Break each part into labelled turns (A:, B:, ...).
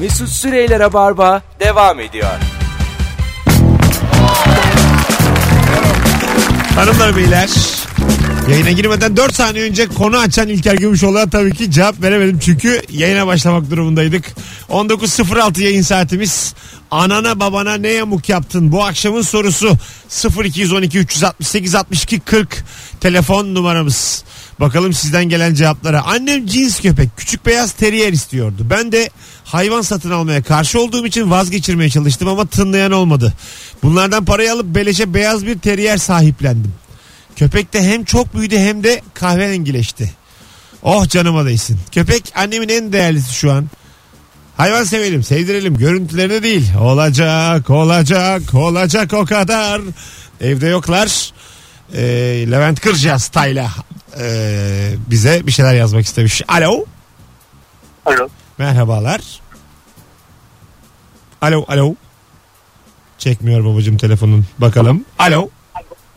A: Mesut Süreyler'e barba devam ediyor.
B: Hanımlar beyler. Yayına girmeden 4 saniye önce konu açan İlker Gümüşoğlu'na tabii ki cevap veremedim. Çünkü yayına başlamak durumundaydık. 19.06 yayın saatimiz. Anana babana ne yamuk yaptın? Bu akşamın sorusu 0212 368 62 40 telefon numaramız. Bakalım sizden gelen cevaplara. Annem cins köpek küçük beyaz teriyer istiyordu. Ben de hayvan satın almaya karşı olduğum için vazgeçirmeye çalıştım ama tınlayan olmadı. Bunlardan parayı alıp beleşe beyaz bir teriyer sahiplendim. Köpek de hem çok büyüdü hem de kahverengileşti. Oh canıma değsin. Köpek annemin en değerlisi şu an. Hayvan sevelim, sevdirelim. Görüntülerine değil. Olacak, olacak, olacak o kadar. Evde yoklar. Ee, Levent Kırca style'a ee, bize bir şeyler yazmak istemiş. Alo,
C: Alo.
B: merhabalar. Alo, alo. Çekmiyor babacığım telefonun. Bakalım. Alo,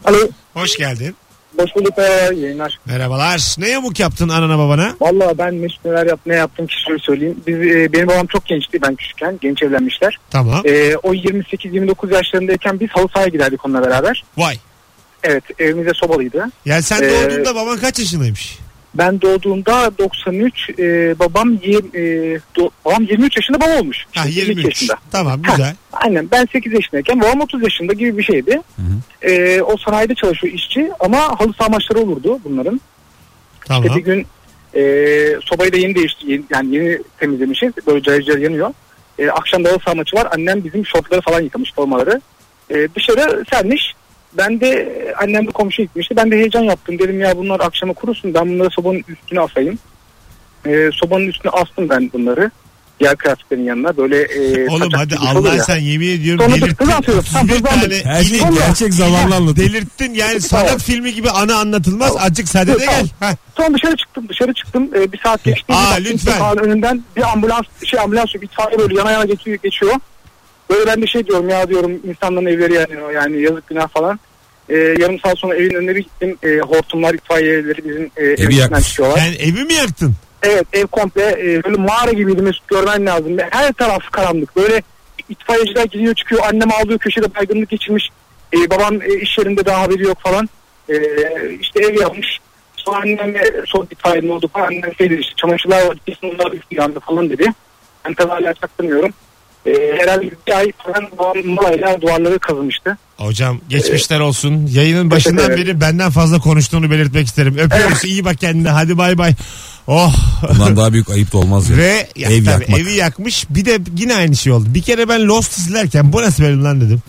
C: Alo.
B: hoş geldin.
C: Hoş bulduk merhabalar yayınlar.
B: Merhabalar. Ne yamuk yaptın anana babana?
C: Valla ben Mesut neler yap, ne yaptım ki şöyle söyleyeyim. Biz, e, benim babam çok gençti ben küçükken. Genç evlenmişler.
B: Tamam.
C: E, o 28-29 yaşlarındayken biz halı sahaya giderdik onunla beraber.
B: Vay.
C: Evet evimizde sobalıydı.
B: Yani sen
C: Ee,
B: doğduğunda baban kaç yaşındaymış?
C: Ben doğduğumda 93 e, babam, yir- e, do- babam 23 yaşında baba olmuş.
B: Ha
C: Şimdi
B: 23.
C: yaşında.
B: Tamam
C: Ha.
B: güzel.
C: Aynen ben 8 yaşındayken babam 30 yaşında gibi bir şeydi. E, o sanayide çalışıyor işçi ama halı saha maçları olurdu bunların. İşte
B: Tamam.
C: bir gün e, sobayı da yeni değişti yeni- yani yeni temizlemişiz böyle cayır cayır yanıyor. E, akşam da halı saha maçı var annem bizim şortları falan yıkamış formaları. E, dışarı sermiş ben de e, annem de komşuya gitmişti ben de heyecan yaptım dedim ya bunlar akşama kurusun ben bunları sobanın üstüne asayım. E, sobanın üstüne astım ben bunları diğer kıyafetlerin yanına böyle e,
B: Oğlum
C: kaçak
B: hadi
C: gibi olur
B: Allah
C: ya.
B: sen yemin ediyorum
C: Sonra
B: delirttin.
C: kız atıyoruz. Ha,
B: 31
C: kız atıyoruz.
B: tane
D: Her şeyi
B: ilim-
C: Sonra-
D: gerçek zamanla anlatın.
B: delirttin yani sanat filmi gibi ana anlatılmaz. Azıcık sadede gel.
C: Tamam.
B: Ha.
C: Sonra dışarı çıktım dışarı çıktım Ee, bir saat geçti.
B: Aa,
C: Bir baktım
B: lütfen.
C: sokağın önünden bir ambulans şey ambulans yok itfaiye böyle yana yana geçiyor, geçiyor. Böyle ben de şey diyorum ya diyorum insanların evleri yani yani yazık günah falan. Ee, yarım saat sonra evin önüne bir gittim Ee, hortumlar itfaiyeleri bizim e, evin içinden
D: yakmış.
C: çıkıyorlar.
B: Yani evi mi yaktın?
C: Evet ev komple e, böyle mağara gibiydi Mesut görmen lazım. Her taraf karanlık böyle itfaiyeciler gidiyor çıkıyor annem ağlıyor köşede baygınlık geçirmiş. E, babam e, iş yerinde daha haberi yok falan. E, işte ev yapmış. Sonra anneme son itfaiye ne oldu falan annem şey dedi işte çamaşırlar var kesin onlar üstü yandı falan dedi. Ben tabii hala çaktırmıyorum. E, herhalde bir ay falan babam malayla duvarları kazımıştı.
B: Hocam geçmişler olsun. Yayının başından
C: ederim.
B: beri benden fazla konuştuğunu belirtmek isterim. Öpüyoruz. iyi bak kendine. Hadi bay bay. Oh.
D: Bundan daha büyük ayıp da olmaz ya.
B: Ve ya,
D: Ev
B: tabii
D: yakmak.
B: evi yakmış. Bir de yine aynı şey oldu. Bir kere ben Lost izlerken bu nasıl bölüm lan dedim.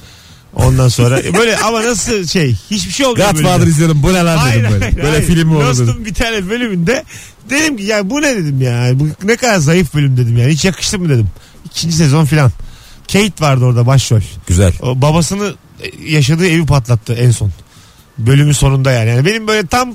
B: Ondan sonra e, böyle ama nasıl şey hiçbir şey olmuyor.
D: Godfather
B: bölümde.
D: izledim bu ne lan dedim böyle. Böyle
B: hayır.
D: film mi olur dedim.
B: Lost'un bir tane bölümünde dedim ki ya bu ne dedim ya. Bu ne kadar zayıf bölüm dedim yani. Hiç yakıştı mı dedim. İkinci sezon filan. Kate vardı orada başrol.
D: Güzel.
B: O babasını e, yaşadığı evi patlattı en son. Bölümün sonunda yani. yani benim böyle tam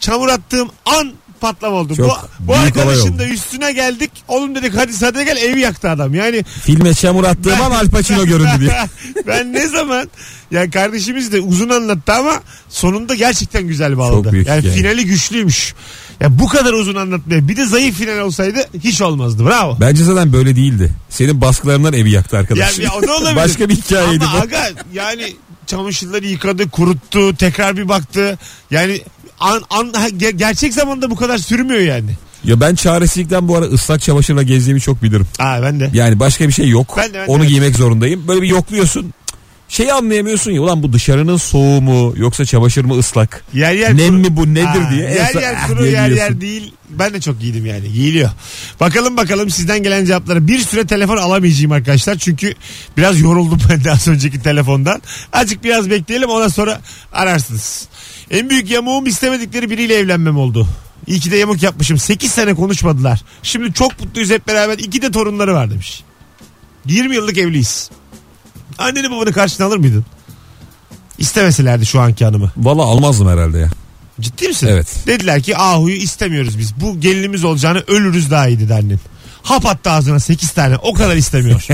B: çamur attığım an patlama oldu.
D: Çok
B: bu bu
D: büyük olay
B: arkadaşın
D: oldu.
B: da üstüne geldik. Oğlum dedik hadi sadece gel evi yaktı adam. Yani
D: Filme çamur attığım an Al Pacino göründü diye.
B: ben ne zaman yani kardeşimiz de uzun anlattı ama sonunda gerçekten güzel bağladı.
D: Çok büyük
B: yani
D: hikaye.
B: finali güçlüymüş. Ya bu kadar uzun anlatmaya bir de zayıf final olsaydı hiç olmazdı. Bravo.
D: Bence zaten böyle değildi. Senin baskılarından evi yaktı arkadaş.
B: Ya- ya o da olabilir.
D: Başka bir hikayeydi
B: Ama
D: bu.
B: aga yani çamaşırları yıkadı, kuruttu, tekrar bir baktı. Yani an, an, ha, ge- gerçek zamanda bu kadar sürmüyor yani.
D: Ya ben çaresizlikten bu ara ıslak çamaşırla gezdiğimi çok bilirim.
B: Aa ben de.
D: Yani başka bir şey yok.
B: Ben de, ben de,
D: Onu
B: evet.
D: giymek zorundayım. Böyle bir yokluyorsun. Şeyi anlayamıyorsun ya ulan bu dışarının soğuğu mu yoksa çamaşır mı ıslak?
B: Yer yer
D: Nem
B: kuru-
D: mi bu nedir
B: Aa,
D: diye. En
B: Yer
D: son-
B: yer
D: ah
B: kuru
D: diye
B: yer
D: giyiyorsun.
B: yer değil. Ben de çok giydim yani. Giyiliyor. Bakalım bakalım sizden gelen cevaplara. Bir süre telefon alamayacağım arkadaşlar. Çünkü biraz yoruldum ben de az önceki telefondan. Azıcık biraz bekleyelim ondan sonra ararsınız. En büyük yamuğum istemedikleri biriyle evlenmem oldu. İyi ki de yamuk yapmışım. 8 sene konuşmadılar. Şimdi çok mutluyuz hep beraber. İki de torunları var demiş. 20 yıllık evliyiz. Anneni babanı karşına alır mıydın? İstemeselerdi şu anki hanımı.
D: Valla almazdım herhalde ya.
B: Ciddi misin?
D: Evet.
B: Dediler ki Ahu'yu istemiyoruz biz. Bu gelinimiz olacağını ölürüz daha iyi dedi annen. Hap attı ağzına 8 tane. O kadar istemiyor.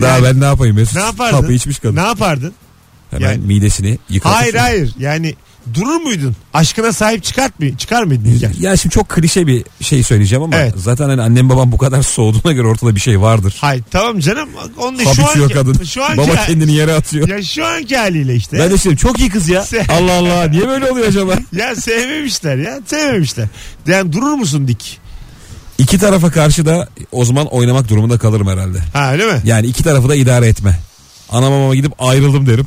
D: Daha
B: Yani
D: ben ne yapayım Mesut?
B: ne yapardın?
D: Kapı içmiş kadın.
B: Ne yapardın?
D: Hemen
B: Yani-
D: midesini yıkatıp.
B: Hayır hayır. Yani durur muydun? Aşkına sahip çıkart mı? Çıkar mıydın İlker?
D: Ya şimdi çok klişe bir şey söyleyeceğim ama
B: Evet.
D: zaten hani annem babam bu kadar soğuduğuna göre ortada bir şey vardır.
B: Hayır tamam canım. Onu da şu
D: Habit yok
B: anki,
D: kadın.
B: Şu anki,
D: Baba kendini yere atıyor.
B: ya şu anki haliyle işte.
D: Ben de şimdi çok iyi kız ya.
B: Se-
D: Allah Allah niye böyle oluyor acaba?
B: Ya sevmemişler ya sevmemişler. Yani durur musun dik?
D: İki tarafa karşı da o zaman oynamak durumunda kalırım herhalde.
B: Ha öyle mi?
D: Yani iki tarafı da idare etme. Ana babama gidip ayrıldım derim.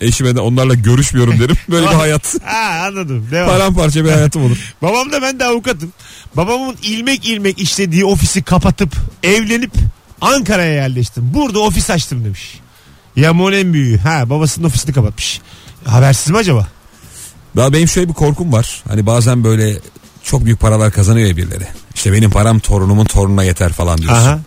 D: Eşime de onlarla görüşmüyorum derim. Böyle bir hayat.
B: Ha anladım. Devam.
D: Paramparça bir hayatım olur.
B: Babam da ben de avukatım. Babamın ilmek ilmek işlediği ofisi kapatıp evlenip Ankara'ya yerleştim. Burada ofis açtım demiş. Yamuğun en büyüğü. Ha babasının ofisini kapatmış. Habersiz mi acaba?
D: Daha benim şöyle bir korkum var. Hani bazen böyle çok büyük paralar kazanıyor ya birileri. İşte benim param torunumun torununa yeter falan diyorsun.
B: Aha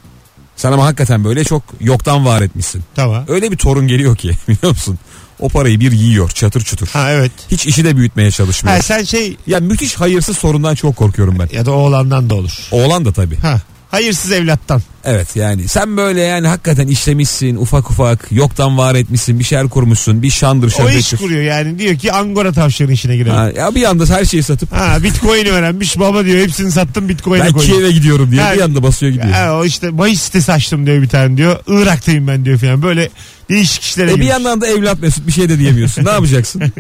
D: Sen ama hakikaten böyle çok yoktan var etmişsin.
B: tamam.
D: Öyle bir torun geliyor ki biliyor musun? O parayı bir yiyor çatır çutur.
B: Ha evet.
D: Hiç işi de büyütmeye çalışmıyor.
B: Ha sen şey
D: Ya müthiş hayırsız sorundan çok korkuyorum ben.
B: ya da oğlandan da olur.
D: Oğlan da tabii.
B: Ha hayırsız evlattan.
D: Evet yani sen böyle yani hakikaten işlemişsin ufak ufak yoktan var etmişsin bir şeyler kurmuşsun bir şandır
B: O
D: şöhrettir.
B: iş kuruyor yani diyor ki Angora tavşanı işine girelim. Ha.
D: Ha, ya bir anda her şeyi satıp
B: bitcoin öğrenmiş baba diyor hepsini sattım bitcoin'e
D: ben
B: koydum.
D: Kiev'e gidiyorum diye
B: Ha,
D: bir anda basıyor gidiyor.
B: Ha, o işte bahis sitesi açtım diyor bir tane diyor. Irak'tayım ben diyor falan. Böyle değişik işlere
D: E bir
B: girmiş.
D: yandan da evlat mesut bir şey de diyemiyorsun. ne yapacaksın?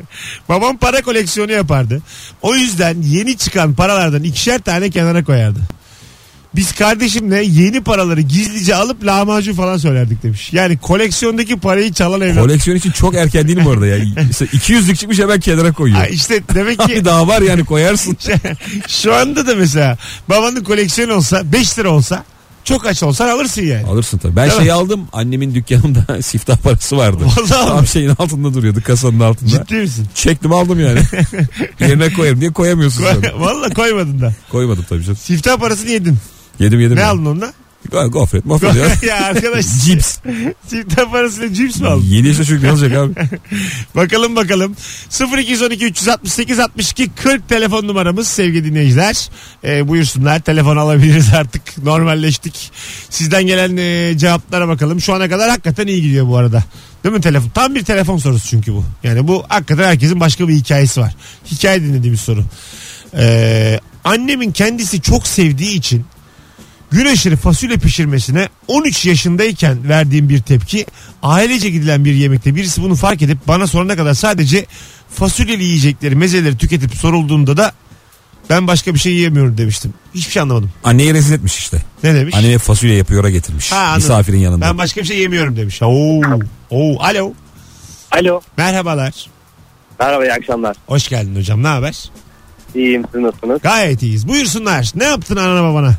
B: Babam para koleksiyonu yapardı. O yüzden yeni çıkan paralardan ikişer tane kenara koyardı. Biz kardeşimle yeni paraları gizlice alıp lahmacun falan söylerdik demiş. Yani koleksiyondaki parayı çalan evlat.
D: Koleksiyon için çok erken değil mi orada ya? İşte 200'lük çıkmış hemen kenara koyuyor.
B: Ha, işte demek ki
D: Abi daha var yani koyarsın.
B: şu anda da mesela babanın koleksiyonu olsa 5 lira olsa çok aç olsan alırsın yani.
D: Alırsın tabii. Ben
B: Değil
D: şey
B: mi?
D: aldım annemin dükkanında siftah parası vardı.
B: Vallahi mi?
D: Tam şeyin altında duruyordu kasanın altında.
B: Ciddi misin?
D: Çektim aldım yani. Yerine koyarım diye koyamıyorsun sonra.
B: Valla koymadın da.
D: Koymadım tabii canım.
B: Siftah parasını yedin.
D: Yedim yedim.
B: Ne
D: ya.
B: aldın onunla?
D: Ya Gofret mofret ya.
B: ya arkadaş
D: Cips.
B: siftah parasıyla cips mi aldın?
D: 7 yaşında çocuk ne olacak abi?
B: Bakalım bakalım. 0212 368 62 40 telefon numaramız sevgili dinleyiciler. Ee, buyursunlar telefon alabiliriz artık normalleştik. Sizden gelen e, cevaplara bakalım. Şu ana kadar hakikaten iyi gidiyor bu arada. Değil mi telefon? Tam bir telefon sorusu çünkü bu. Yani bu hakikaten herkesin başka bir hikayesi var. Hikaye dinlediğimiz soru. Ee, annemin kendisi çok sevdiği için gün aşırı fasulye pişirmesine 13 yaşındayken verdiğim bir tepki ailece gidilen bir yemekte birisi bunu fark edip bana sorana kadar sadece fasulyeli yiyecekleri mezeleri tüketip sorulduğunda da ben başka bir şey yiyemiyorum demiştim. Hiçbir şey anlamadım.
D: Anneyi rezil etmiş işte.
B: Ne demiş?
D: Anneye fasulye yapıyora getirmiş.
B: Ha, anladım.
D: Hani Misafirin yanında.
B: Ben başka bir şey yemiyorum demiş. Oo. Oo. Alo.
E: Alo.
B: Merhabalar.
E: Merhaba iyi akşamlar.
B: Hoş geldin hocam. Ne haber?
E: İyiyim siz nasılsınız?
B: Gayet iyiyiz. Buyursunlar. Ne yaptın anana babana?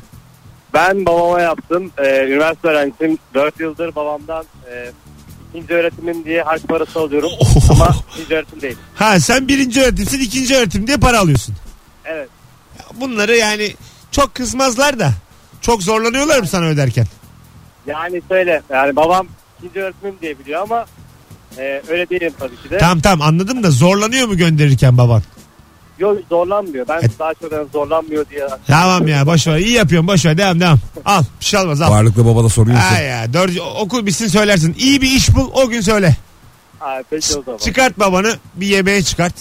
E: Ben babama yaptım. Ee, üniversite öğrencisiyim. 4 yıldır babamdan e, ikinci öğretimim diye harç parası alıyorum. Ama ikinci öğretim değil.
B: Ha sen birinci öğretimsin, ikinci öğretim diye para alıyorsun.
E: Evet.
B: Bunları yani çok kızmazlar da çok zorlanıyorlar mı sana öderken?
E: Yani söyle yani babam ikinci öğretimim diye biliyor ama e, öyle değilim tabii ki de.
B: Tamam tamam anladım da zorlanıyor mu gönderirken baban?
E: Yok zorlanmıyor. Ben
B: Evet.
E: daha çok yani zorlanmıyor diye.
B: Tamam ya boş ver iyi yapıyorsun boş ver devam devam. Al bir şey olmaz al.
D: Varlıklı baba da soruyorsun.
B: Ha ya dört, okul bitsin söylersin. İyi bir iş bul o gün söyle.
E: Ha, peki e, o zaman.
B: Çıkart babanı bir yemeğe çıkart.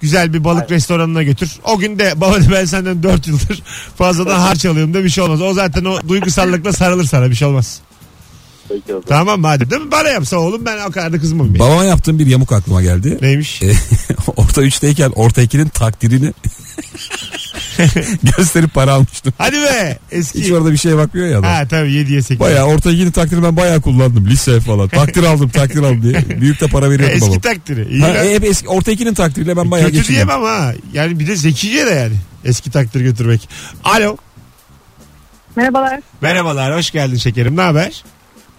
B: Güzel bir balık restoranına götür. O gün de baba de ben senden 4 yıldır fazladan harç alıyorum da bir şey olmaz. O zaten o duygusallıkla sarılır sana bir şey olmaz.
E: Peki o zaman.
B: Tamam mı hadi değil mi? Bana yapsa oğlum ben o kadar da kızmam. ya.
D: Babama yaptığım bir yamuk aklıma geldi.
B: Neymiş?
D: E, orta 3'teyken orta 2'nin takdirini gösterip para almıştım.
B: Hadi be
D: Hiç
B: eski.
D: orada bir şeye bakmıyor ya adam.
B: Ha tabii 7'ye 8.
D: Bayağı orta 2'nin takdirini ben bayağı kullandım. Lise falan. Takdir aldım takdir aldım diye. Büyük de para veriyordum babam.
B: Eski takdiri. İyi
D: Ha,
B: lan.
D: e, hep eski, orta 2'nin takdiriyle ben bayağı
B: Kötü
D: geçirdim.
B: diyemem ha. Yani bir de zekice de yani. Eski takdir götürmek. Alo.
F: Merhabalar.
B: Merhabalar hoş geldin şekerim ne haber?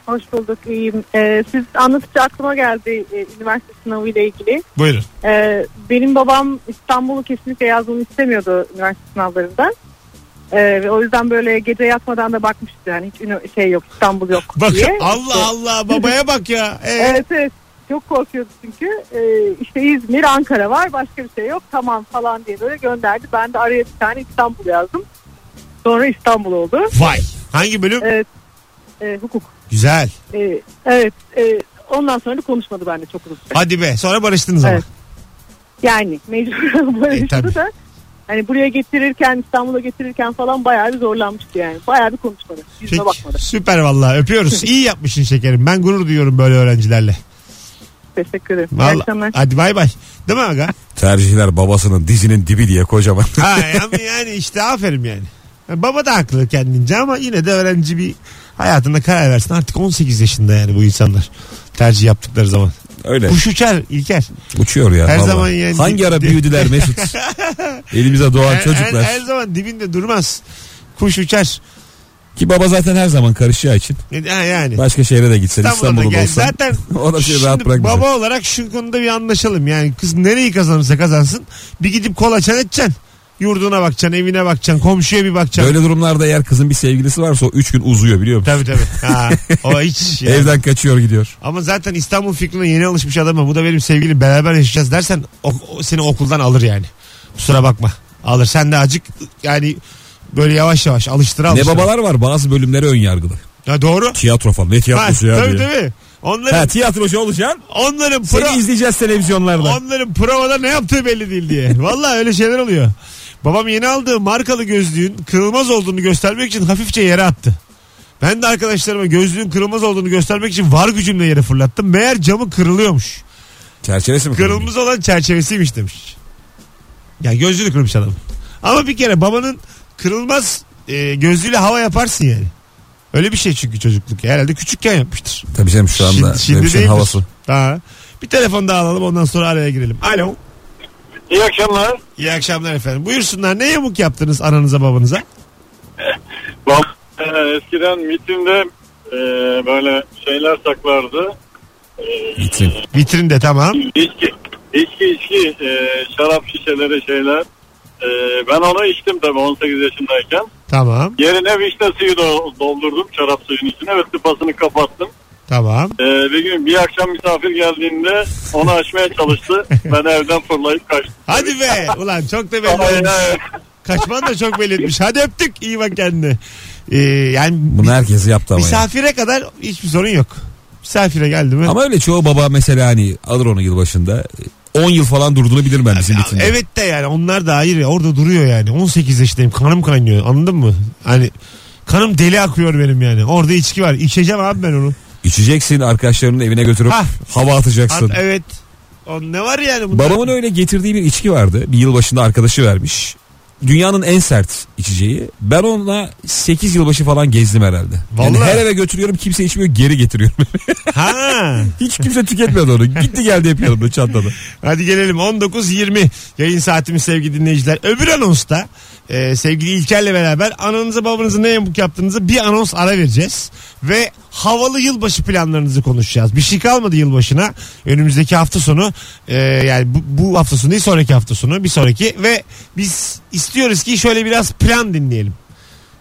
F: Hoş bulduk. İyiyim. Ee, siz anlatıcı aklıma geldi e, üniversite sınavı ile ilgili.
B: Buyurun.
F: Ee, benim babam İstanbul'u kesinlikle yazmamı istemiyordu üniversite sınavlarında. Ee, ve o yüzden böyle gece yatmadan da bakmıştı. Yani hiç ünü- şey yok İstanbul yok
B: Bak
F: diye.
B: Allah Allah babaya bak ya. Ee,
F: Evet evet. Çok korkuyordu çünkü. Ee, işte İzmir, Ankara var. Başka bir şey yok. Tamam falan diye böyle gönderdi. Ben de araya bir tane İstanbul yazdım. Sonra İstanbul oldu.
B: Vay. Hangi bölüm?
F: Evet. Ee, hukuk.
B: Güzel.
F: Ee, evet. e, ondan sonra da konuşmadı bende çok uzun süre.
B: Hadi be sonra barıştınız ama.
F: Evet. Yani mecbur böyle
B: E, tabii.
F: da. Hani buraya getirirken İstanbul'a getirirken falan bayağı bir zorlanmıştı yani. Bayağı bir konuşmadı. Yüzüme
B: Peki,
F: bakmadı.
B: süper vallahi öpüyoruz. İyi yapmışsın şekerim. Ben gurur duyuyorum böyle öğrencilerle.
F: Teşekkür ederim. İyi
B: Vallahi.
F: akşamlar.
B: Hadi bay bay. Değil mi aga?
D: Tercihler babasının dizinin dibi diye kocaman.
B: ha, ama yani işte aferin yani. Ya Baba da haklı kendince ama yine de öğrenci bir hayatında karar versin. Artık 18 yaşında yani bu insanlar tercih yaptıkları zaman.
D: Öyle.
B: Kuş uçar İlker.
D: Uçuyor ya.
B: Her
D: vallahi.
B: zaman yani-
D: Hangi ara büyüdüler Mesut? Elimize doğan
B: Her, her,
D: çocuklar.
B: her zaman dibinde durmaz. Kuş uçar.
D: Ki baba zaten her zaman karışacağı için.
B: Ha, yani.
D: Başka şehre de gitsen
B: İstanbul'da
D: İstanbul'da da
B: gel.
D: olsan.
B: Zaten
D: o da seni rahat
B: Şimdi
D: bırakmayacak.
B: baba olarak şu konuda bir anlaşalım. Yani kız nereyi kazanırsa kazansın. Bir gidip kol açan edeceksin. Yurduna bakacaksın, evine bakacaksın, komşuya bir bakacaksın.
D: Böyle durumlarda eğer kızın bir sevgilisi varsa o 3 gün uzuyor biliyor musun?
B: Tabii tabii. Ha, o hiç. yani.
D: Evden kaçıyor gidiyor.
B: Ama zaten İstanbul fikrine yeni alışmış adama bu da benim sevgilim beraber yaşayacağız dersen o, o seni okuldan alır yani. Kusura bakma. Alır. Sen de acık yani böyle yavaş yavaş alıştıra
D: Ne
B: alıştıra.
D: babalar var bazı bölümlere ön yargılı.
B: Ya doğru.
D: Tiyatro falan ne
B: Ha,
D: tiyatrosu ya
B: tabii
D: diyor.
B: tabii. Onların,
D: Ha tiyatrocu olacaksın.
B: onların
D: Seni
B: pro-
D: izleyeceğiz televizyonlarda.
B: Onların provada ne yaptığı belli değil diye. Vallahi öyle şeyler oluyor. Babam yeni aldığı markalı gözlüğün kırılmaz olduğunu göstermek için hafifçe yere attı. Ben de arkadaşlarıma gözlüğün kırılmaz olduğunu göstermek için var gücümle yere fırlattım. Meğer camı kırılıyormuş.
D: Çerçevesi mi? kırılmış?
B: Kırılmaz olan çerçevesiymiş demiş. Ya gözlüğünü kırmış adam. Ama bir kere babanın kırılmaz e, gözlüğüyle hava yaparsın yani. Öyle bir şey çünkü çocukluk. ya. Herhalde küçükken yapmıştır.
D: Tabii canım şu anda
B: Şimdi- şimdi
D: böyle bir şeyin
B: değildir.
D: havası.
B: Ha. Bir telefon daha alalım ondan sonra araya girelim. Alo.
E: İyi akşamlar.
B: İyi akşamlar efendim. Buyursunlar. Ne yamuk yaptınız ananıza babanıza?
E: Bab, e, eskiden mitimde e, böyle şeyler saklardı.
D: Bitin.
B: Vitrinde tamam.
E: İçki, içki, içki, e, şarap şişeleri şeyler. E, ben onu içtim tabii 18 yaşındayken.
B: Tamam.
E: Yerine vişne suyu do- doldurdum şarap suyunun içine ve tıpasını kapattım.
B: Tamam.
E: E, bir gün bir akşam misafir geldiğinde onu açmaya çalıştı. ben evden fırlayıp kaçtım.
B: Hadi be. Ulan çok da belli
E: Aynen.
B: olmuş. Kaçman da çok belli etmiş. Hadi öptük. İyi bak kendine. Ee, yani
D: Bunu herkesi yaptı ama. ya.
B: misafire kadar hiçbir sorun yok. Misafire geldi mi?
D: Ama öyle çoğu baba mesela hani alır onu yılbaşında. 10 yıl falan durduğunu bilirim ben bizim bitinde.
B: Evet de yani onlar da hayır ya, orada duruyor yani. 18 yaşındayım kanım kaynıyor anladın mı? Hani kanım deli akıyor benim yani. Orada içki var. İçeceğim abi ben onu.
D: İçeceksin arkadaşlarının evine götürüp
B: Hah.
D: hava atacaksın.
B: At- evet. O ne var yani bunda?
D: Babamın öyle getirdiği bir içki vardı. Bir yılbaşında arkadaşı vermiş. Dünyanın en sert içeceği. Ben onunla 8 yılbaşı falan gezdim herhalde. Yani
B: Vallahi.
D: her eve götürüyorum kimse içmiyor geri getiriyorum.
B: Ha.
D: Hiç kimse tüketmedi onu. Gitti geldi hep yanımda çantada.
B: Hadi gelelim 19.20 yayın saatimiz sevgili dinleyiciler. Öbür anonsta e, sevgili İlker'le beraber ananızı babanızı ne yamuk yaptığınızı bir anons ara vereceğiz. Ve havalı yılbaşı planlarınızı konuşacağız. Bir şey kalmadı yılbaşına. Önümüzdeki hafta sonu e, yani bu, bu hafta sonu değil sonraki hafta sonu bir sonraki. Ve biz istiyoruz ki şöyle biraz plan dinleyelim.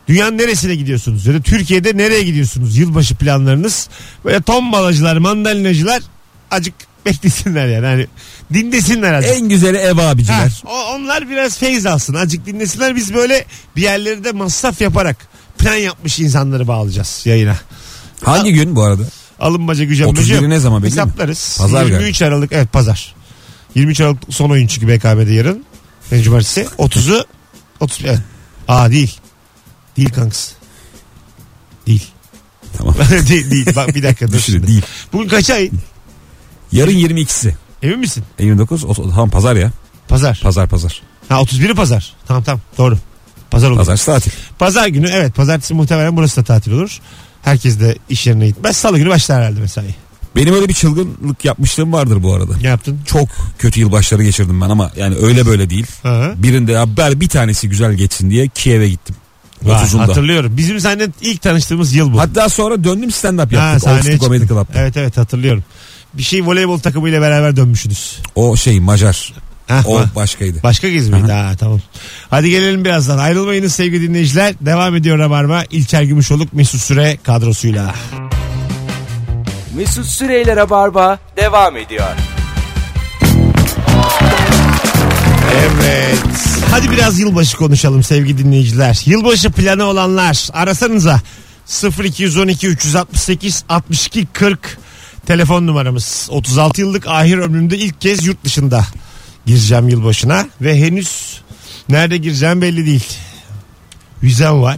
B: Dünyanın neresine gidiyorsunuz ya da Türkiye'de nereye gidiyorsunuz yılbaşı planlarınız? Böyle tombalacılar, mandalinacılar acık beklesinler yani. Hani dinlesinler azıcık.
D: en güzeli ev
B: Ha,
D: abiciler.
B: o- onlar biraz feyz alsın. Acık dinlesinler. Biz böyle bir yerlerde masraf yaparak plan yapmış insanları bağlayacağız yayına.
D: Hangi gün bu arada?
B: Alınmaca gücenmece.
D: 31'i
B: yok.
D: ne zaman belli mi?
B: Hesaplarız.
D: Pazar
B: 23 Aralık evet pazar. 23 Aralık son oyun çünkü BKM'de yarın. Yani cumartesi. 30'u 30 evet. Aa değil. Değil kankası. Değil.
D: Tamam.
B: değil, değil. Bak bir dakika dur.
D: Düşünün
B: şimdi.
D: şey değil.
B: Bugün kaç ay?
D: Yarın 22'si.
B: Emin misin?
D: E, 29 o, o- tamam pazar ya.
B: Pazar.
D: Pazar pazar.
B: Ha 31'i pazar. Tamam tamam doğru. Pazar olur.
D: Pazar tatil.
B: Pazar günü evet pazartesi muhtemelen burası da tatil olur. Herkes de iş yerine gitmez. Salı günü başlar herhalde mesai.
D: Benim öyle bir çılgınlık yapmışlığım vardır bu arada.
B: Ne yaptın?
D: Çok kötü yılbaşları geçirdim ben ama yani öyle böyle değil.
B: Hı.
D: Birinde haber bir tanesi güzel geçsin diye Kiev'e gittim.
B: Vay,
D: 30'unda.
B: hatırlıyorum. Bizim seninle ilk tanıştığımız yıl bu.
D: Hatta sonra döndüm stand up
B: Ha,
D: yaptık.
B: sahneye
D: Oxford Comedy
B: çıktın.
D: Club'da.
B: Evet evet hatırlıyorum. Bir şey voleybol takımıyla beraber dönmüşsünüz.
D: O şey Macar.
B: Hah,
D: O
B: bak.
D: başkaydı.
B: Başka gez miydi? Ha, tamam. Hadi gelelim birazdan. Ayrılmayınız sevgili dinleyiciler. Devam ediyor Rabarba. İlker Gümüşoluk Mesut Süre kadrosuyla.
A: Mesut Süreyler'e barba devam ediyor.
B: Evet. Hadi biraz yılbaşı konuşalım sevgili dinleyiciler. Yılbaşı planı olanlar arasanıza 0212 368 62 40 telefon numaramız. 36 yıllık ahir ömrümde ilk kez yurt dışında gireceğim yılbaşına ve henüz nerede gireceğim belli değil. Vizem var.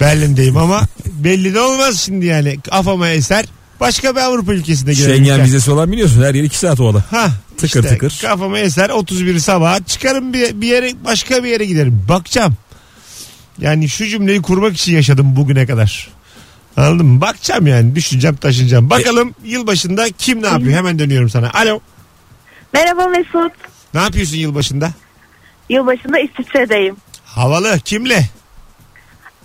B: Berlin'deyim ama belli de olmaz şimdi yani. Kafama eser. Başka bir Avrupa ülkesine girerim.
D: Schengen
B: İlker.
D: vizesi olan biliyorsun her yer 2 saat o adam.
B: Ha,
D: Tıkır
B: işte
D: tıkır.
B: Kafama eser 31 sabah çıkarım bir, bir yere başka bir yere giderim. Bakacağım. Yani şu cümleyi kurmak için yaşadım bugüne kadar. Anladın mı? Bakacağım yani. Düşüneceğim, taşınacağım. Bakalım yılbaşında kim ne yapıyor? Hemen dönüyorum sana. Alo.
G: Merhaba Mesut.
B: Ne yapıyorsun yılbaşında?
G: Yılbaşında İsviçre'deyim.
B: Havalı. Kimle?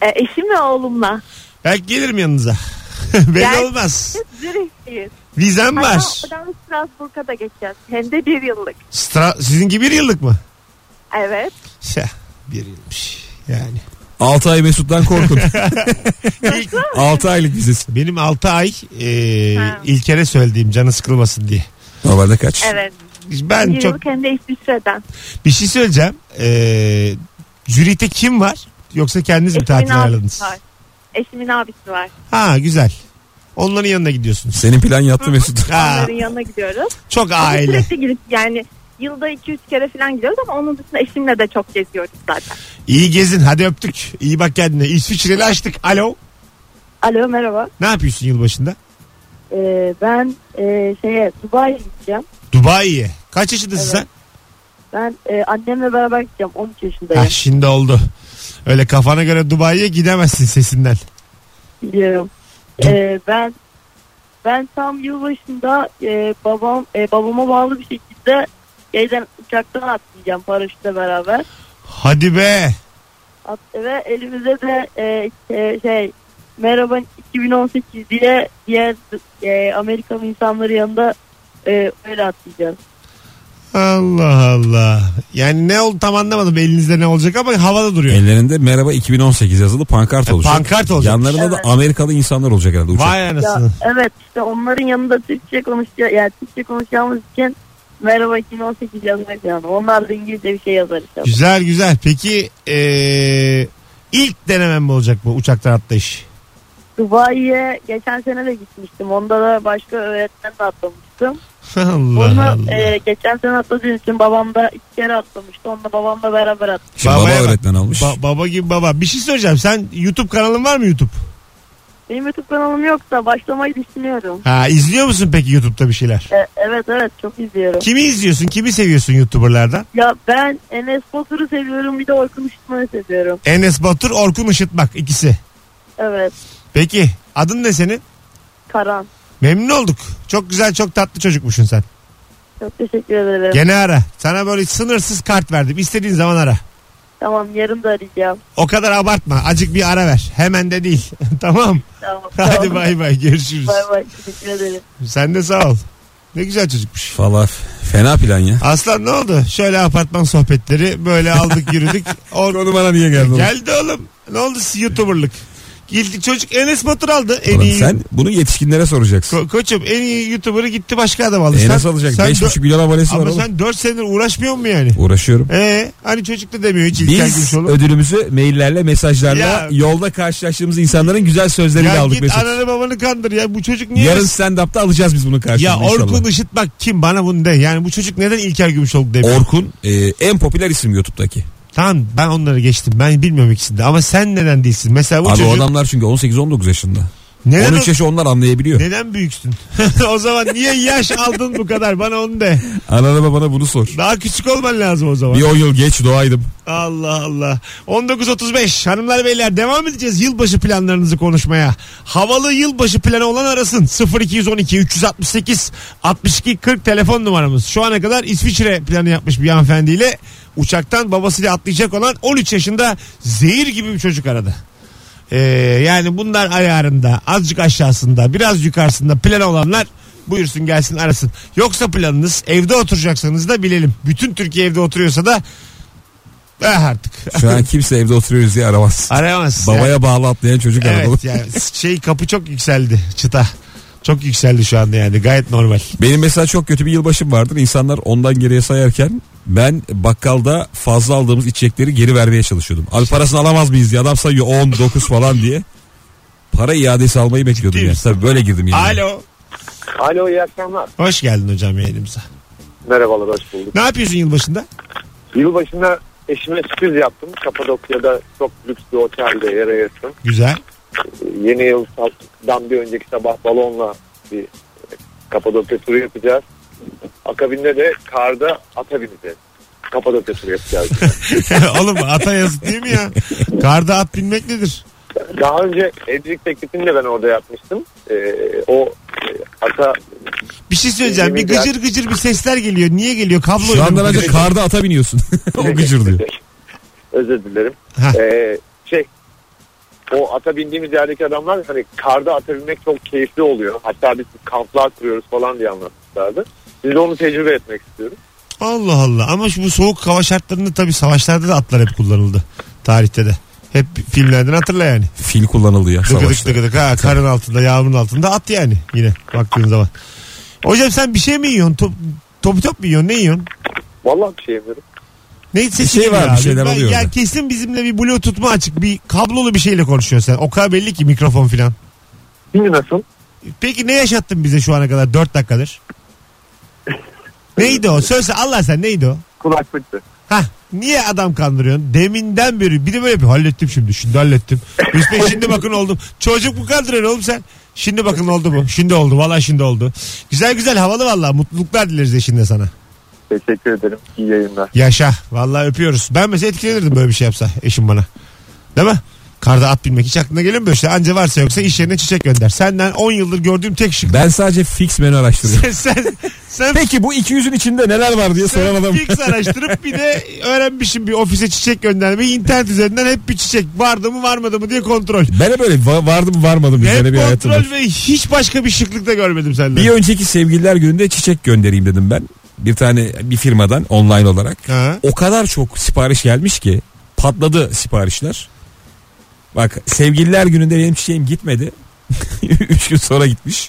G: E, eşim ve oğlumla.
B: Belki gelirim yanınıza. Belli
G: Gel.
B: olmaz.
G: Zürih'teyiz.
B: Vizem
G: Hatta
B: var.
G: oradan Strasbourg'a da geçeceğiz. Hem de bir yıllık.
B: Stra- sizinki bir yıllık mı?
G: Evet.
B: Şah, bir yılmış. Yani.
D: 6 ay Mesut'tan korkun. 6 aylık vizesi.
B: Benim 6 ay e,
G: Ha.
B: İlker'e söylediğim canı sıkılmasın diye.
D: Normalde kaç?
G: Evet.
B: Ben
G: bir
B: çok
G: yıllık hem de İsviçre'den.
B: bir şey söyleyeceğim. Ee, jüride kim var? Yoksa kendiniz mi tatil ayarladınız?
G: var. Eşimin abisi var.
B: Ha güzel. Onların yanına gidiyorsunuz.
D: Senin plan yattı Mesut.
B: Ha,
G: Onların yanına gidiyoruz.
B: çok
G: Ama
B: aile.
G: Sürekli gidip yani yılda 2-3 kere falan gidiyoruz ama onun dışında eşimle de çok geziyoruz zaten.
B: İyi gezin hadi öptük. İyi bak kendine. İsviçreli açtık. Alo.
G: Alo merhaba. Ee,
B: Ne yapıyorsun yılbaşında?
G: ben e, şeye Dubai'ye gideceğim.
B: Dubai'ye. Kaç yaşındasın sen?
G: Ben e, annemle beraber gideceğim. 13 yaşındayım.
B: Ha, şimdi oldu. Öyle kafana göre Dubai'ye gidemezsin sesinden.
G: Biliyorum. Ee, ben ben tam yılbaşında e, babam e, babama bağlı bir şekilde şeyden uçaktan atlayacağım paraşütle beraber.
B: Hadi be.
G: At, ve elimize de e, e, şey merhaba 2018 diye diğer e, Amerikalı insanları yanında e, öyle atlayacağız.
B: Allah Allah. Yani ne oldu tam anlamadım elinizde ne olacak ama havada duruyor.
D: Ellerinde merhaba 2018 yazılı pankart
B: E,
D: olacak.
B: pankart olacak.
D: Yanlarında da
G: Evet.
D: Amerikalı insanlar olacak herhalde uçak.
B: Vay
G: Ya,
B: anasını.
G: evet işte onların yanında Türkçe konuşacağız yani Türkçe konuşacağımız için merhaba 2018 yazmak yani. Onlar da İngilizce bir şey yazar işte.
B: Güzel güzel. Peki eee, ilk denemem mi olacak bu uçaktan atlayış?
G: Dubai'ye geçen sene de gitmiştim. Onda da başka öğretmen de atlamıştım.
B: Allah
G: Onu
B: Allah.
G: e, geçen sene atladığım için babam da iki kere atlamıştı. Onunla babamla beraber attık.
D: Şimdi Şey, baba
B: Babaya bak.
D: öğretmen almış.
B: Ba- baba gibi baba. Bir şey söyleyeceğim. Sen YouTube kanalın var mı YouTube?
G: Benim YouTube kanalım yok da başlamayı düşünüyorum.
B: Ha izliyor musun peki YouTube'da bir şeyler?
G: E, evet evet çok izliyorum.
B: Kimi izliyorsun? Kimi seviyorsun YouTuber'lardan?
G: Ya ben Enes Batur'u seviyorum bir de Orkun Işıtma'yı seviyorum.
B: Enes Batur, Orkun Işıtmak ikisi.
G: Evet
B: Peki adın ne senin?
G: Karan.
B: Memnun olduk. Çok güzel, çok tatlı çocukmuşsun sen.
G: Çok teşekkür ederim.
B: Gene ara. Sana böyle sınırsız kart verdim. İstediğin zaman ara.
G: Tamam yarın da arayacağım.
B: O kadar abartma. Acık bir ara ver. Hemen de değil. tamam.
G: Tamam.
B: Hadi
G: tamam.
B: bay bay. Görüşürüz.
G: Bay bay teşekkür ederim.
B: Sen de sağ ol. Ne güzel çocukmuş.
D: Falan. Fena plan ya.
B: Aslan ne oldu? Şöyle apartman sohbetleri böyle aldık yürüdük. Or-
D: Konu bana niye geldi? oğlum?
B: Geldi oğlum. Ne oldu YouTuber'lık? Gitti çocuk Enes Batur aldı. En
D: Oğlum
B: iyi
D: sen bunu yetişkinlere soracaksın.
B: Ko- koçum en iyi YouTuber'ı gitti başka adam aldı.
D: E
B: Sen-
D: nasıl alacak?
B: sen
D: 5,5
B: dö-
D: milyon abonesi var
B: Ama
D: oğlum.
B: sen 4 senedir uğraşmıyor mu yani?
D: Uğraşıyorum.
B: Ee, hani çocuk da demiyor hiç İlker
D: Biz
B: Gümüşoğlu.
D: ödülümüzü maillerle, mesajlarla,
B: Ya-
D: yolda karşılaştığımız insanların güzel sözleriyle
B: Ya
D: aldık
B: git
D: Mesut.
B: ananı babanı kandır ya. Bu çocuk niye
D: Yarın stand-up'ta alacağız biz bunun
B: Ya
D: karşılığını inşallah.
B: Orkun Işıtmak kim bana bunu de. Yani bu çocuk neden İlker Gümüşoluk demiyor?
D: Orkun e, en popüler isim YouTube'daki.
B: tamam ben onları geçtim. Ben bilmiyorum ikisini de. Ama sen neden değilsin? Mesela bu
D: Abi o
B: çocuk
D: adamlar çünkü 18-19 yaşında.
B: neden,
D: 13 yaşı onlar anlayabiliyor.
B: neden büyüksün? o zaman niye yaş aldın bu kadar? Bana onu de.
D: Anana babana bunu sor.
B: Daha küçük olman lazım o zaman.
D: Bir 10 yıl geç doğaydım.
B: Allah Allah. 19.35 hanımlar beyler devam edeceğiz yılbaşı planlarınızı konuşmaya. Havalı yılbaşı planı olan arasın 0212 368 62 40 telefon numaramız. Şu ana kadar İsviçre planı yapmış bir hanımefendiyle uçaktan babasıyla atlayacak olan 13 yaşında zehir gibi bir çocuk aradı. Ee, yani bunlar ayarında azıcık aşağısında biraz yukarısında plan olanlar buyursun gelsin arasın. Yoksa planınız evde oturacaksanız da bilelim. Bütün Türkiye evde oturuyorsa da eh artık.
D: Şu an kimse evde oturuyoruz diye aramaz.
B: Aramaz.
D: Babaya bağlı atlayan çocuk
B: yani,
D: arabalı.
B: evet, yani şey kapı çok yükseldi çıta. Çok yükseldi şu anda yani gayet normal.
D: Benim mesela çok kötü bir yılbaşım vardır. İnsanlar ondan geriye sayarken ben bakkalda fazla aldığımız içecekleri geri vermeye çalışıyordum. Abi
B: Şey-
D: parasını alamaz mıyız diye adam sayıyor 10, 9 falan diye. Para iadesi almayı bekliyordum
B: Ciddi
D: ya.
B: misin?
D: Tabii böyle girdim yani.
B: Alo.
E: Alo iyi akşamlar.
B: Hoş geldin hocam yayınımıza.
E: Merhabalar hoş bulduk.
B: Ne yapıyorsun yılbaşında?
E: Yılbaşında eşime sürpriz yaptım. Kapadokya'da çok lüks bir otelde yer ayırttım.
B: Güzel.
E: Yeni yıldan bir önceki sabah balonla bir e, Kapadokya turu yapacağız. Akabinde de karda ata bineceğiz. Kapadokya turu yapacağız.
B: Oğlum ata yazık değil mi ya? Karda at binmek nedir?
E: Daha önce Edric teklifini de ben orada yapmıştım. Ee, o e, ata
B: Bir şey söyleyeceğim. Bir gıcır gıcır bir sesler geliyor. Niye geliyor? Kablo şey.
D: Şu
B: oyunu
D: anda
B: mu?
D: bence karda ata biniyorsun. o gıcır diyor.
E: özür dilerim.
B: Ha.
E: Ee, şey o ata bindiğimiz yerdeki adamlar hani karda ata binmek çok keyifli oluyor. Hatta biz kamplar kuruyoruz falan diye anlatmışlardı. Biz de onu tecrübe etmek istiyoruz.
B: Allah Allah. Ama şu bu soğuk hava şartlarında tabii savaşlarda da atlar hep kullanıldı. Tarihte de. Hep filmlerden hatırla yani.
D: Fil kullanıldı ya
B: Dıkıdık
D: savaşta.
B: dıkıdık. Ha, karın altında, yağmurun altında at yani. Yine baktığın zaman. Hocam sen bir şey mi yiyorsun? Top, topu top mu yiyorsun? Ne yiyorsun?
E: Vallahi bir şey yapıyorum.
B: Ne sesi
D: şey var,
B: geliyor
D: bir
B: abi?
D: şeyler
B: Ben-
D: oluyor
B: Ya
D: orada.
B: kesin bizimle bir bluetooth mu açık bir kablolu bir şeyle konuşuyorsun sen. O kadar belli ki mikrofon filan.
E: Şimdi nasıl?
B: Peki ne yaşattın bize şu ana kadar 4 dakikadır? neydi o? Söyle Allah sen neydi o?
E: Kulaklıktı.
B: Hah niye adam kandırıyorsun? Deminden beri bir de böyle yapıyor. Hallettim şimdi. Şimdi hallettim. Üstüne şimdi bakın oldum. Çocuk mu kandırıyorsun oğlum sen? Şimdi bakın oldu mu? Şimdi oldu. Valla şimdi oldu. Güzel güzel havalı valla. Mutluluklar dileriz eşinde sana.
E: Teşekkür ederim. İyi yayınlar.
B: Yaşa. Valla öpüyoruz. Ben mesela etkilenirdim böyle bir şey yapsa eşim bana. Değil mi? Karda at binmek hiç aklına gelir mi böyle şey? Anca varsa yoksa iş yerine çiçek gönder. Senden 10 yıldır gördüğüm tek şık.
D: Ben sadece fix menü araştırıyorum.
B: sen, sen, sen
D: Peki bu 200'ün içinde neler var diye soran adam.
B: Fix araştırıp bir de öğrenmişim bir ofise çiçek göndermeyi. internet üzerinden hep bir çiçek vardı mı varmadı mı diye kontrol.
D: Ben de böyle va- vardım varmadım
B: Hep
D: üzerine bir hayatım var.
B: kontrol ve hiç başka bir şıklıkta görmedim senden.
D: Bir önceki sevgililer gününde çiçek göndereyim dedim ben. Bir tane bir firmadan online olarak.
B: Ha.
D: O kadar çok sipariş gelmiş ki patladı siparişler. Bak sevgililer gününde benim çiçeğim gitmedi. Üç gün sonra gitmiş.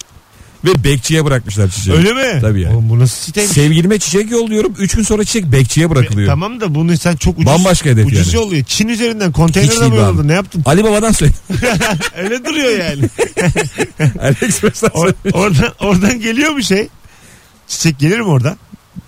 D: Ve bekçiye bırakmışlar çiçeği.
B: Öyle mi?
D: Tabii ya.
B: Oğlum bu nasıl siteymiş?
D: Sevgilime çiçek yolluyorum. Üç gün sonra çiçek bekçiye bırakılıyor.
B: Tamam da bunu sen çok ucuz,
D: Bambaşka hedef
B: ucuz
D: yani.
B: yolluyor. Çin üzerinden
D: Hiç
B: konteynerle
D: değil
B: mi
D: bu abi.
B: yolladın? Ne yaptın?
D: Ali Baba'dan söyle.
B: Öyle duruyor yani.
D: AliExpress'ten
B: Or-
D: söyle.
B: oradan, oradan geliyor mu şey? Çiçek gelir mi oradan?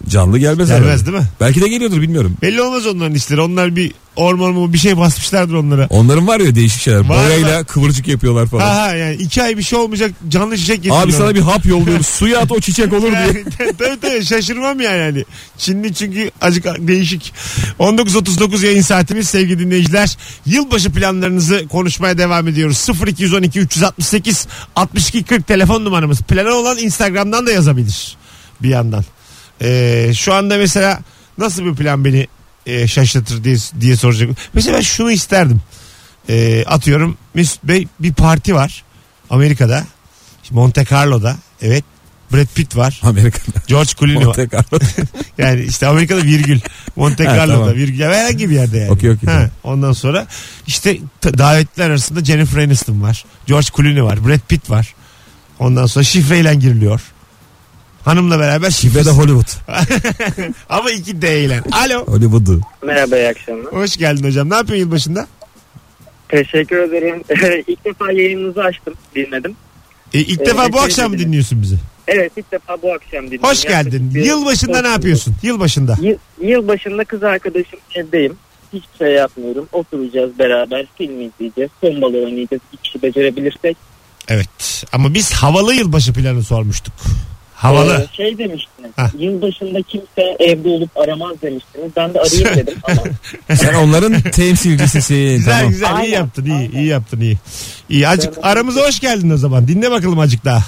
D: Canlı gelmez
B: Gelmez
D: herhalde.
B: değil mi?
D: Belki de geliyordur bilmiyorum.
B: Belli olmaz onların işleri. Onlar bir orman mı bir şey basmışlardır onlara.
D: Onların var ya değişik şeyler.
B: Var
D: Boyayla kıvırcık yapıyorlar falan.
B: Ha ha yani iki ay bir şey olmayacak canlı çiçek getiriyor.
D: Abi sana bir hap yolluyoruz. Suya at o çiçek olur diye.
B: tabii tabii şaşırmam yani. hani. Çinli çünkü acık değişik. 19.39 yayın saatimiz sevgili dinleyiciler. Yılbaşı planlarınızı konuşmaya devam ediyoruz. 0212 368 62 40 telefon numaramız. Planı olan Instagram'dan da yazabilir bir yandan. Ee, şu anda mesela nasıl bir plan beni e, şaşırtır diye, diye soracak. Mesela ben şunu isterdim. Ee, atıyorum Mesut Bey bir parti var Amerika'da. Monte Carlo'da evet Brad Pitt var.
D: Amerika'da.
B: George Clooney var.
D: Monte Carlo.
B: Yani işte Amerika'da virgül. Monte
D: Ha,
B: Carlo'da
D: tamam.
B: virgül. Ya Herhangi bir yerde yani.
D: Okey, okey,
B: Ha,
D: tamam.
B: Ondan sonra işte t- davetliler arasında Jennifer Aniston var. George Clooney var. Brad Pitt var. Ondan sonra şifreyle giriliyor. Hanımla beraber
D: Ve de
B: şifre.
D: Hollywood.
B: Ama iki D ile. Alo.
D: Hollywood'u.
E: Merhaba iyi akşamlar.
B: Hoş geldin hocam. Ne yapıyorsun yılbaşında?
E: Teşekkür ederim. İlk defa yayınınızı açtım. Dinledim.
B: E, e, ilk
E: Ee,
B: defa bu
E: teşekkür
B: akşam mı
E: ederim.
B: dinliyorsun bizi?
E: Evet ilk defa bu akşam dinledim.
B: Hoş geldin. Yılbaşında ne yapıyorsun? Yılbaşında.
E: Yıl, yılbaşında kız arkadaşım evdeyim. Hiçbir şey yapmıyorum. Oturacağız beraber film izleyeceğiz. Tombalı oynayacağız. İki kişi becerebilirsek.
B: Evet. Ama biz havalı yılbaşı planı sormuştuk. Havalı.
D: E,
E: Ee, şey demiştiniz.
B: Ha.
E: Yılbaşında kimse evde olup aramaz demiştiniz. Ben de arayayım dedim ama
D: Sen onların temsilcisisin.
B: Güzel
D: E, tamam.
B: güzel iyi
E: Aynen,
B: yaptın iyi
E: aynen.
B: iyi yaptın iyi. İyi acık aramıza hoş geldin o zaman. Dinle bakalım acık daha.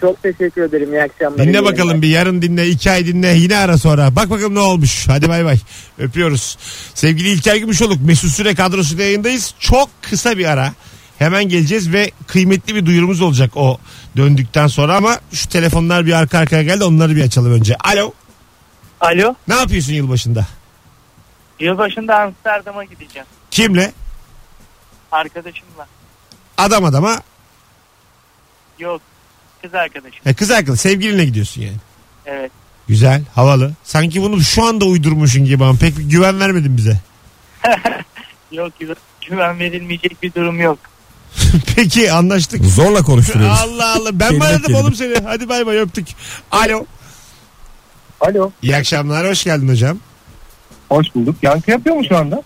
E: çok teşekkür ederim. İyi akşamlar.
B: Dinle bakalım bir yarın dinle iki ay dinle yine ara sonra. Bak bakalım ne olmuş. Hadi bay bay. Öpüyoruz. Sevgili İlker Gümüşoluk Mesut Süre kadrosuyla yayındayız. Çok kısa bir ara. Hemen geleceğiz ve kıymetli bir duyurumuz olacak o döndükten sonra ama şu telefonlar bir arka arkaya geldi onları bir açalım önce. Alo.
H: Alo.
B: Ne yapıyorsun yılbaşında?
H: Yılbaşında Amsterdam'a gideceğim.
B: Kimle?
H: Arkadaşımla.
B: Adam adama.
H: Yok. Kız arkadaşım.
B: E, kız arkadaş sevgilinle gidiyorsun yani.
H: Evet.
B: Güzel, havalı. Sanki bunu şu anda uydurmuşsun gibi ama pek bir güven vermedin bize.
H: Yok güven- güven verilmeyecek bir durum yok.
B: Peki anlaştık.
D: Zorla konuşturuyoruz.
B: Allah Allah ben mi
D: Kelime
B: aradım
D: kelime.
B: oğlum seni? Hadi bay bay öptük. Alo.
E: Alo.
B: İyi akşamlar hoş geldin hocam.
E: Hoş bulduk. Yankı yapıyor mu şu anda?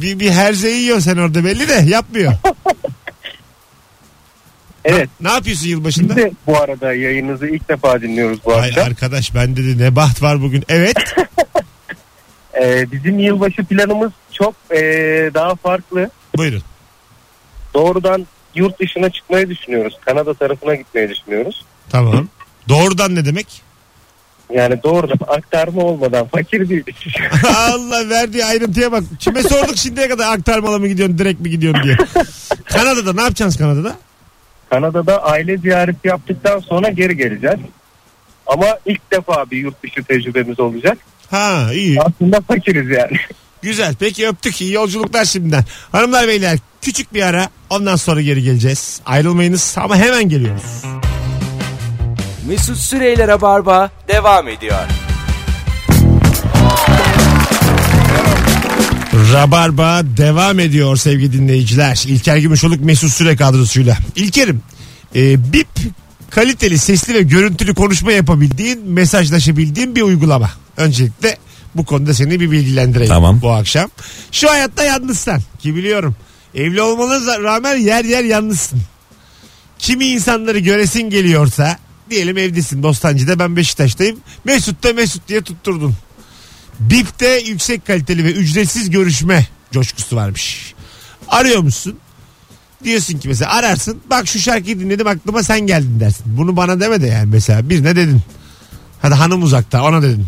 B: bir, bir herzeyi yiyor sen orada belli de yapmıyor.
E: Evet.
B: Ne yapıyorsun
E: Biz
B: yılbaşında?
E: de bu arada yayınınızı ilk defa dinliyoruz bu
B: Ay
E: akşam.
B: arkadaş ben dedi ne baht var bugün. Evet.
E: Ee, bizim yılbaşı planımız çok ee, daha farklı.
B: Buyurun.
E: Doğrudan yurt dışına çıkmayı düşünüyoruz. Kanada tarafına gitmeyi düşünüyoruz.
B: Tamam. Doğrudan ne demek?
E: Yani doğrudan aktarma olmadan fakir değiliz.
B: Allah verdiği ayrıntıya bak. Kime sorduk şimdiye kadar aktarmalı mı gidiyorsun direkt mi gidiyorsun diye. Kanada'da ne yapacaksınız Kanada'da?
E: Kanada'da aile ziyareti yaptıktan sonra geri geleceğiz. Ama ilk defa bir yurt dışı tecrübemiz olacak.
B: Ha iyi.
E: Aslında fakiriz yani.
B: Güzel. Peki öptük. İyi yolculuklar şimdiden. Hanımlar beyler küçük bir ara ondan sonra geri geleceğiz. Ayrılmayınız ama hemen geliyoruz.
A: Mesut Süreyler'e barba devam ediyor.
B: Rabarba devam ediyor sevgili dinleyiciler. İlker Gümüşoluk Mesut Süre kadrosuyla. İlker'im e, BIP kaliteli sesli ve görüntülü konuşma yapabildiğin mesajlaşabildiğin bir uygulama. Öncelikle bu konuda seni bir bilgilendireyim
D: Tamam.
B: bu akşam. Şu hayatta yalnızsan ki biliyorum. Evli olmanıza rağmen yer yer yalnızsın. Kimi insanları göresin geliyorsa diyelim evdesin Bostancı'da ben Beşiktaş'tayım. Mesut da Mesut diye tutturdun. BİP'te yüksek kaliteli ve ücretsiz görüşme coşkusu varmış. Arıyor musun? Diyorsun ki mesela ararsın. Bak şu şarkıyı dinledim aklıma sen geldin dersin. Bunu bana deme de yani mesela birine dedin. Hadi hanım uzakta ona dedin.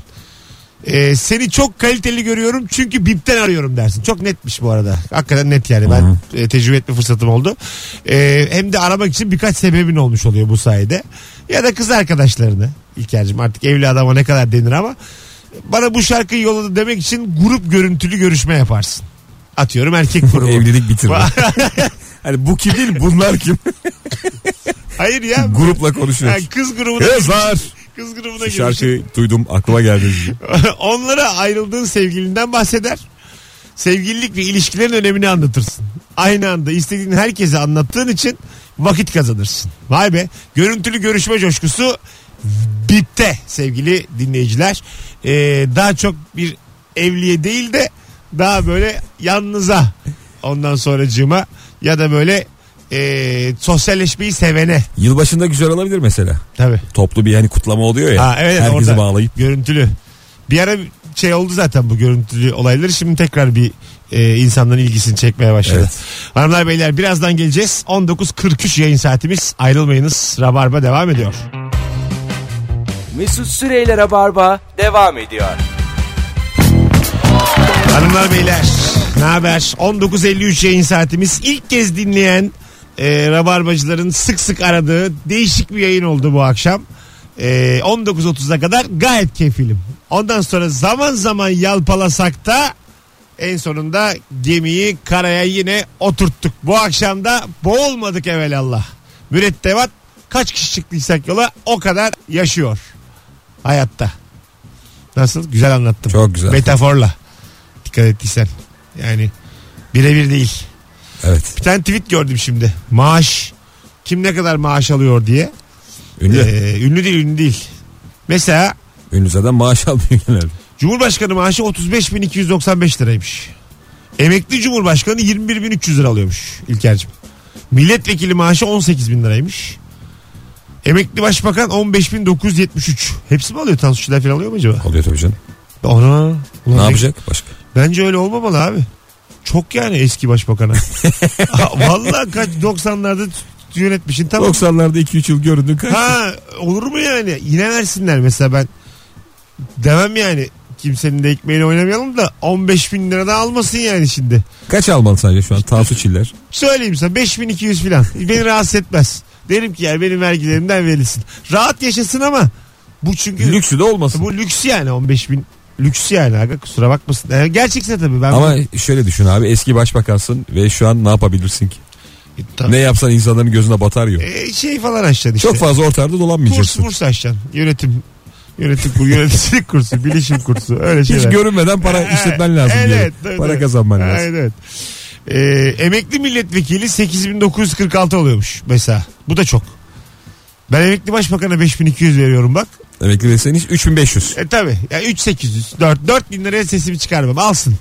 B: Ee, seni çok kaliteli görüyorum çünkü BİP'ten arıyorum dersin. Çok netmiş bu arada. Hakikaten net yani ben e, tecrübe etme fırsatım oldu. Ee, hem de aramak için birkaç sebebin olmuş oluyor bu sayede. Ya da kız arkadaşlarını. İlker'cim artık evli adama ne kadar denir ama bana bu şarkıyı yolladı demek için grup görüntülü görüşme yaparsın. Atıyorum erkek grubu.
D: Evlilik bitirdi. hani bu kim değil bunlar kim?
B: Hayır ya.
D: Grupla
B: Ha,
D: konuşuyoruz.
B: kız grubuna
D: Kızlar.
B: kız grubuna girmiş.
D: Şu şarkıyı duydum aklıma geldi.
B: Onlara ayrıldığın sevgilinden bahseder. Sevgililik ve ilişkilerin önemini anlatırsın. Aynı anda istediğin herkese anlattığın için vakit kazanırsın. Vay be. Görüntülü görüşme coşkusu BİP'te sevgili dinleyiciler. Ee, daha çok bir evliye değil de daha böyle yalnıza ondan sonracığıma ya da böyle ee, sosyalleşmeyi sevene.
D: Yılbaşında güzel olabilir mesela.
B: Tabii.
D: Toplu bir hani kutlama oluyor ya.
B: Ha, evet,
D: herkesi
B: orada.
D: bağlayıp.
B: Görüntülü. Bir ara şey oldu zaten bu görüntülü olayları. Şimdi tekrar bir e, insanların ilgisini çekmeye başladı.
D: Evet.
B: Hanımlar beyler birazdan geleceğiz. 19.43 yayın saatimiz. Ayrılmayınız. Rabarba devam ediyor.
A: Mesut Süreyler'e barba devam ediyor.
B: Hanımlar beyler ne haber? 19.53 yayın saatimiz. İlk kez dinleyen e, Rabarbacıların sık sık aradığı değişik bir yayın oldu bu akşam. E, 19.30'a kadar gayet kefilim. Ondan sonra zaman zaman yalpalasak da en sonunda gemiyi karaya yine oturttuk. Bu akşam da boğulmadık evelallah. Mürettebat kaç kişi çıktıysak yola o kadar yaşıyor hayatta. Nasıl? Güzel anlattım.
D: Çok güzel.
B: Metaforla. Dikkat ettiysen. Yani birebir değil.
D: Evet.
B: Bir tane tweet gördüm şimdi. Maaş. Kim ne kadar maaş alıyor diye.
D: Ünlü.
B: Ee, ünlü değil ünlü değil. Mesela
D: Ünlü zaten maaş almıyor genelde.
B: Cumhurbaşkanı maaşı 35.295 liraymış. Emekli Cumhurbaşkanı 21.300 lira alıyormuş İlker'cim. Milletvekili maaşı 18.000 liraymış. Emekli Başbakan 15.973. Hepsi mi alıyor? Tansu Çiller falan alıyor mu acaba?
D: Oluyor tabii canım.
B: Ona. Ulan
D: Ne
B: ne-
D: yapacak başka?
B: Bence öyle olmamalı abi. Çok yani eski başbakana. Vallahi kaç 90'larda yönetmişin tamam.
D: 90'larda 2-3 yıl göründün kaç.
B: Ha olur mu yani? Yine versinler mesela ben. Demem yani kimsenin de ekmeğini oynamayalım da 15 bin lira da almasın yani şimdi.
D: Kaç almalı sadece şu an? Tansu Çiller.
B: Söyleyeyim sana 5200 falan. Beni rahatsız etmez. Derim ki yani benim vergilerimden verilsin. Rahat yaşasın ama bu çünkü
D: Lüksü de olmasın.
B: bu lüks yani 15 bin lüks yani aga kusura bakmasın. Yani gerçekse tabii ben
D: Ama şöyle düşün abi eski başbakansın ve şu an ne yapabilirsin ki?
B: Tabii.
D: Ne yapsan insanların gözüne batar yok.
B: E, şey falan açacaksın işte.
D: Çok fazla ortalarda
B: Kurs
D: dolanmayacaksın.
B: murs açacaksın. Yönetim yönetim kursu, yöneticilik kursu, bilişim kursu öyle şeyler.
D: Hiç görünmeden para
B: Evet, E,
D: işletmen lazım. bir yere.
B: evet, tabii,
D: para
B: tabii.
D: kazanman lazım.
B: Evet, evet. Ee, emekli milletvekili 8946 oluyormuş mesela. Bu da çok. Ben emekli başbakana 5200 veriyorum bak.
D: Emekli desteğiniz 3500.
B: E tabi. Ya 3800. 4 4000 liraya sesimi çıkarmam. Alsın.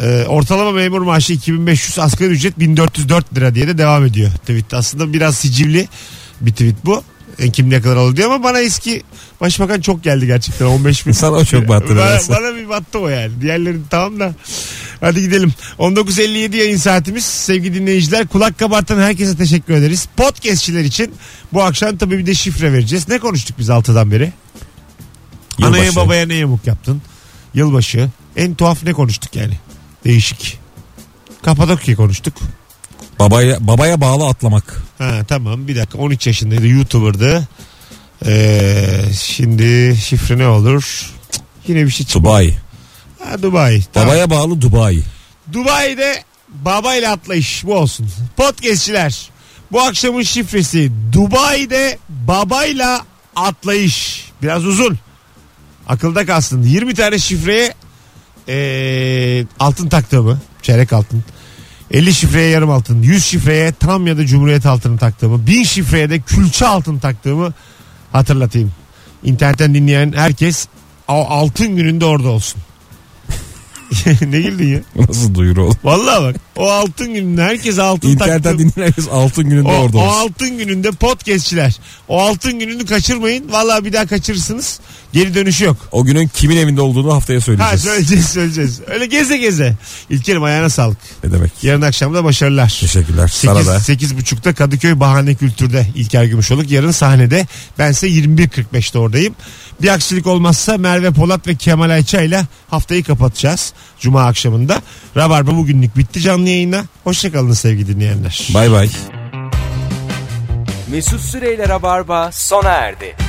B: Ee, ortalama memur maaşı 2500 asgari ücret 1404 lira diye de devam ediyor tweet. Aslında biraz sicivli bir tweet bu. E, kim ne kadar alır diye ama bana eski başbakan çok geldi gerçekten 15 bin.
D: Sana o çok battı
B: bana,
D: nedense.
B: bana bir battı o yani. Diğerleri tamam da. Hadi gidelim. 19.57 yayın saatimiz. Sevgili dinleyiciler kulak kabartan herkese teşekkür ederiz. Podcastçiler için bu akşam tabii bir de şifre vereceğiz. Ne konuştuk biz 6'dan beri?
D: Yılbaşı.
B: Anaya babaya ne yamuk yaptın? Yılbaşı. En tuhaf ne konuştuk yani? Değişik. Kapadokya konuştuk.
D: Babaya, babaya bağlı atlamak.
B: Ha tamam bir dakika 13 yaşındaydı YouTuber'dı. Ee, şimdi şifre ne olur? Cık, Yine bir şey çıktı.
D: Dubai.
B: Ha, Dubai. Tamam.
D: Babaya bağlı Dubai.
B: Dubai'de babayla atlayış bu olsun. Podcastçiler bu akşamın şifresi Dubai'de babayla atlayış. Biraz uzun. Akılda kalsın. 20 tane şifreye eee, altın taktığımı çeyrek altın. 50 şifreye yarım altın. 100 şifreye tam ya da cumhuriyet altını taktığımı. 1000 şifreye de külçe altın taktığımı hatırlatayım. İnternetten dinleyen herkes o altın gününde orada olsun. ne güldün ya?
D: Nasıl duyuru oğlum?
B: Vallahi bak o altın gününde herkes altın taktı.
D: İnternetten dinlerken altın gününde
B: O,
D: orada
B: o
D: olsun.
B: altın gününde podcastçiler. O altın gününü kaçırmayın. Vallahi bir daha kaçırırsınız. Geri dönüşü yok.
D: O günün kimin evinde olduğunu haftaya
B: Ha
D: söyleyeceğiz.
B: söyleyeceğiz söyleyeceğiz. Öyle geze geze. İlker'im ayağına sağlık.
D: Ne demek?
B: Yarın akşam da başarılar.
D: Teşekkürler. Sana da.
B: 8.30'da Kadıköy Bahane Kültür'de İlker Gümüşoluk. Yarın sahnede. Ben ise 21.45'te oradayım. Bir aksilik olmazsa Merve Polat ve Kemal Ayça ile haftayı kapatacağız. Cuma akşamında. Rabarba bugünlük bitti canlı yayına. Hoşçakalın sevgili dinleyenler.
D: Bay bay.
A: Mesut Süreyler'e barba sona erdi.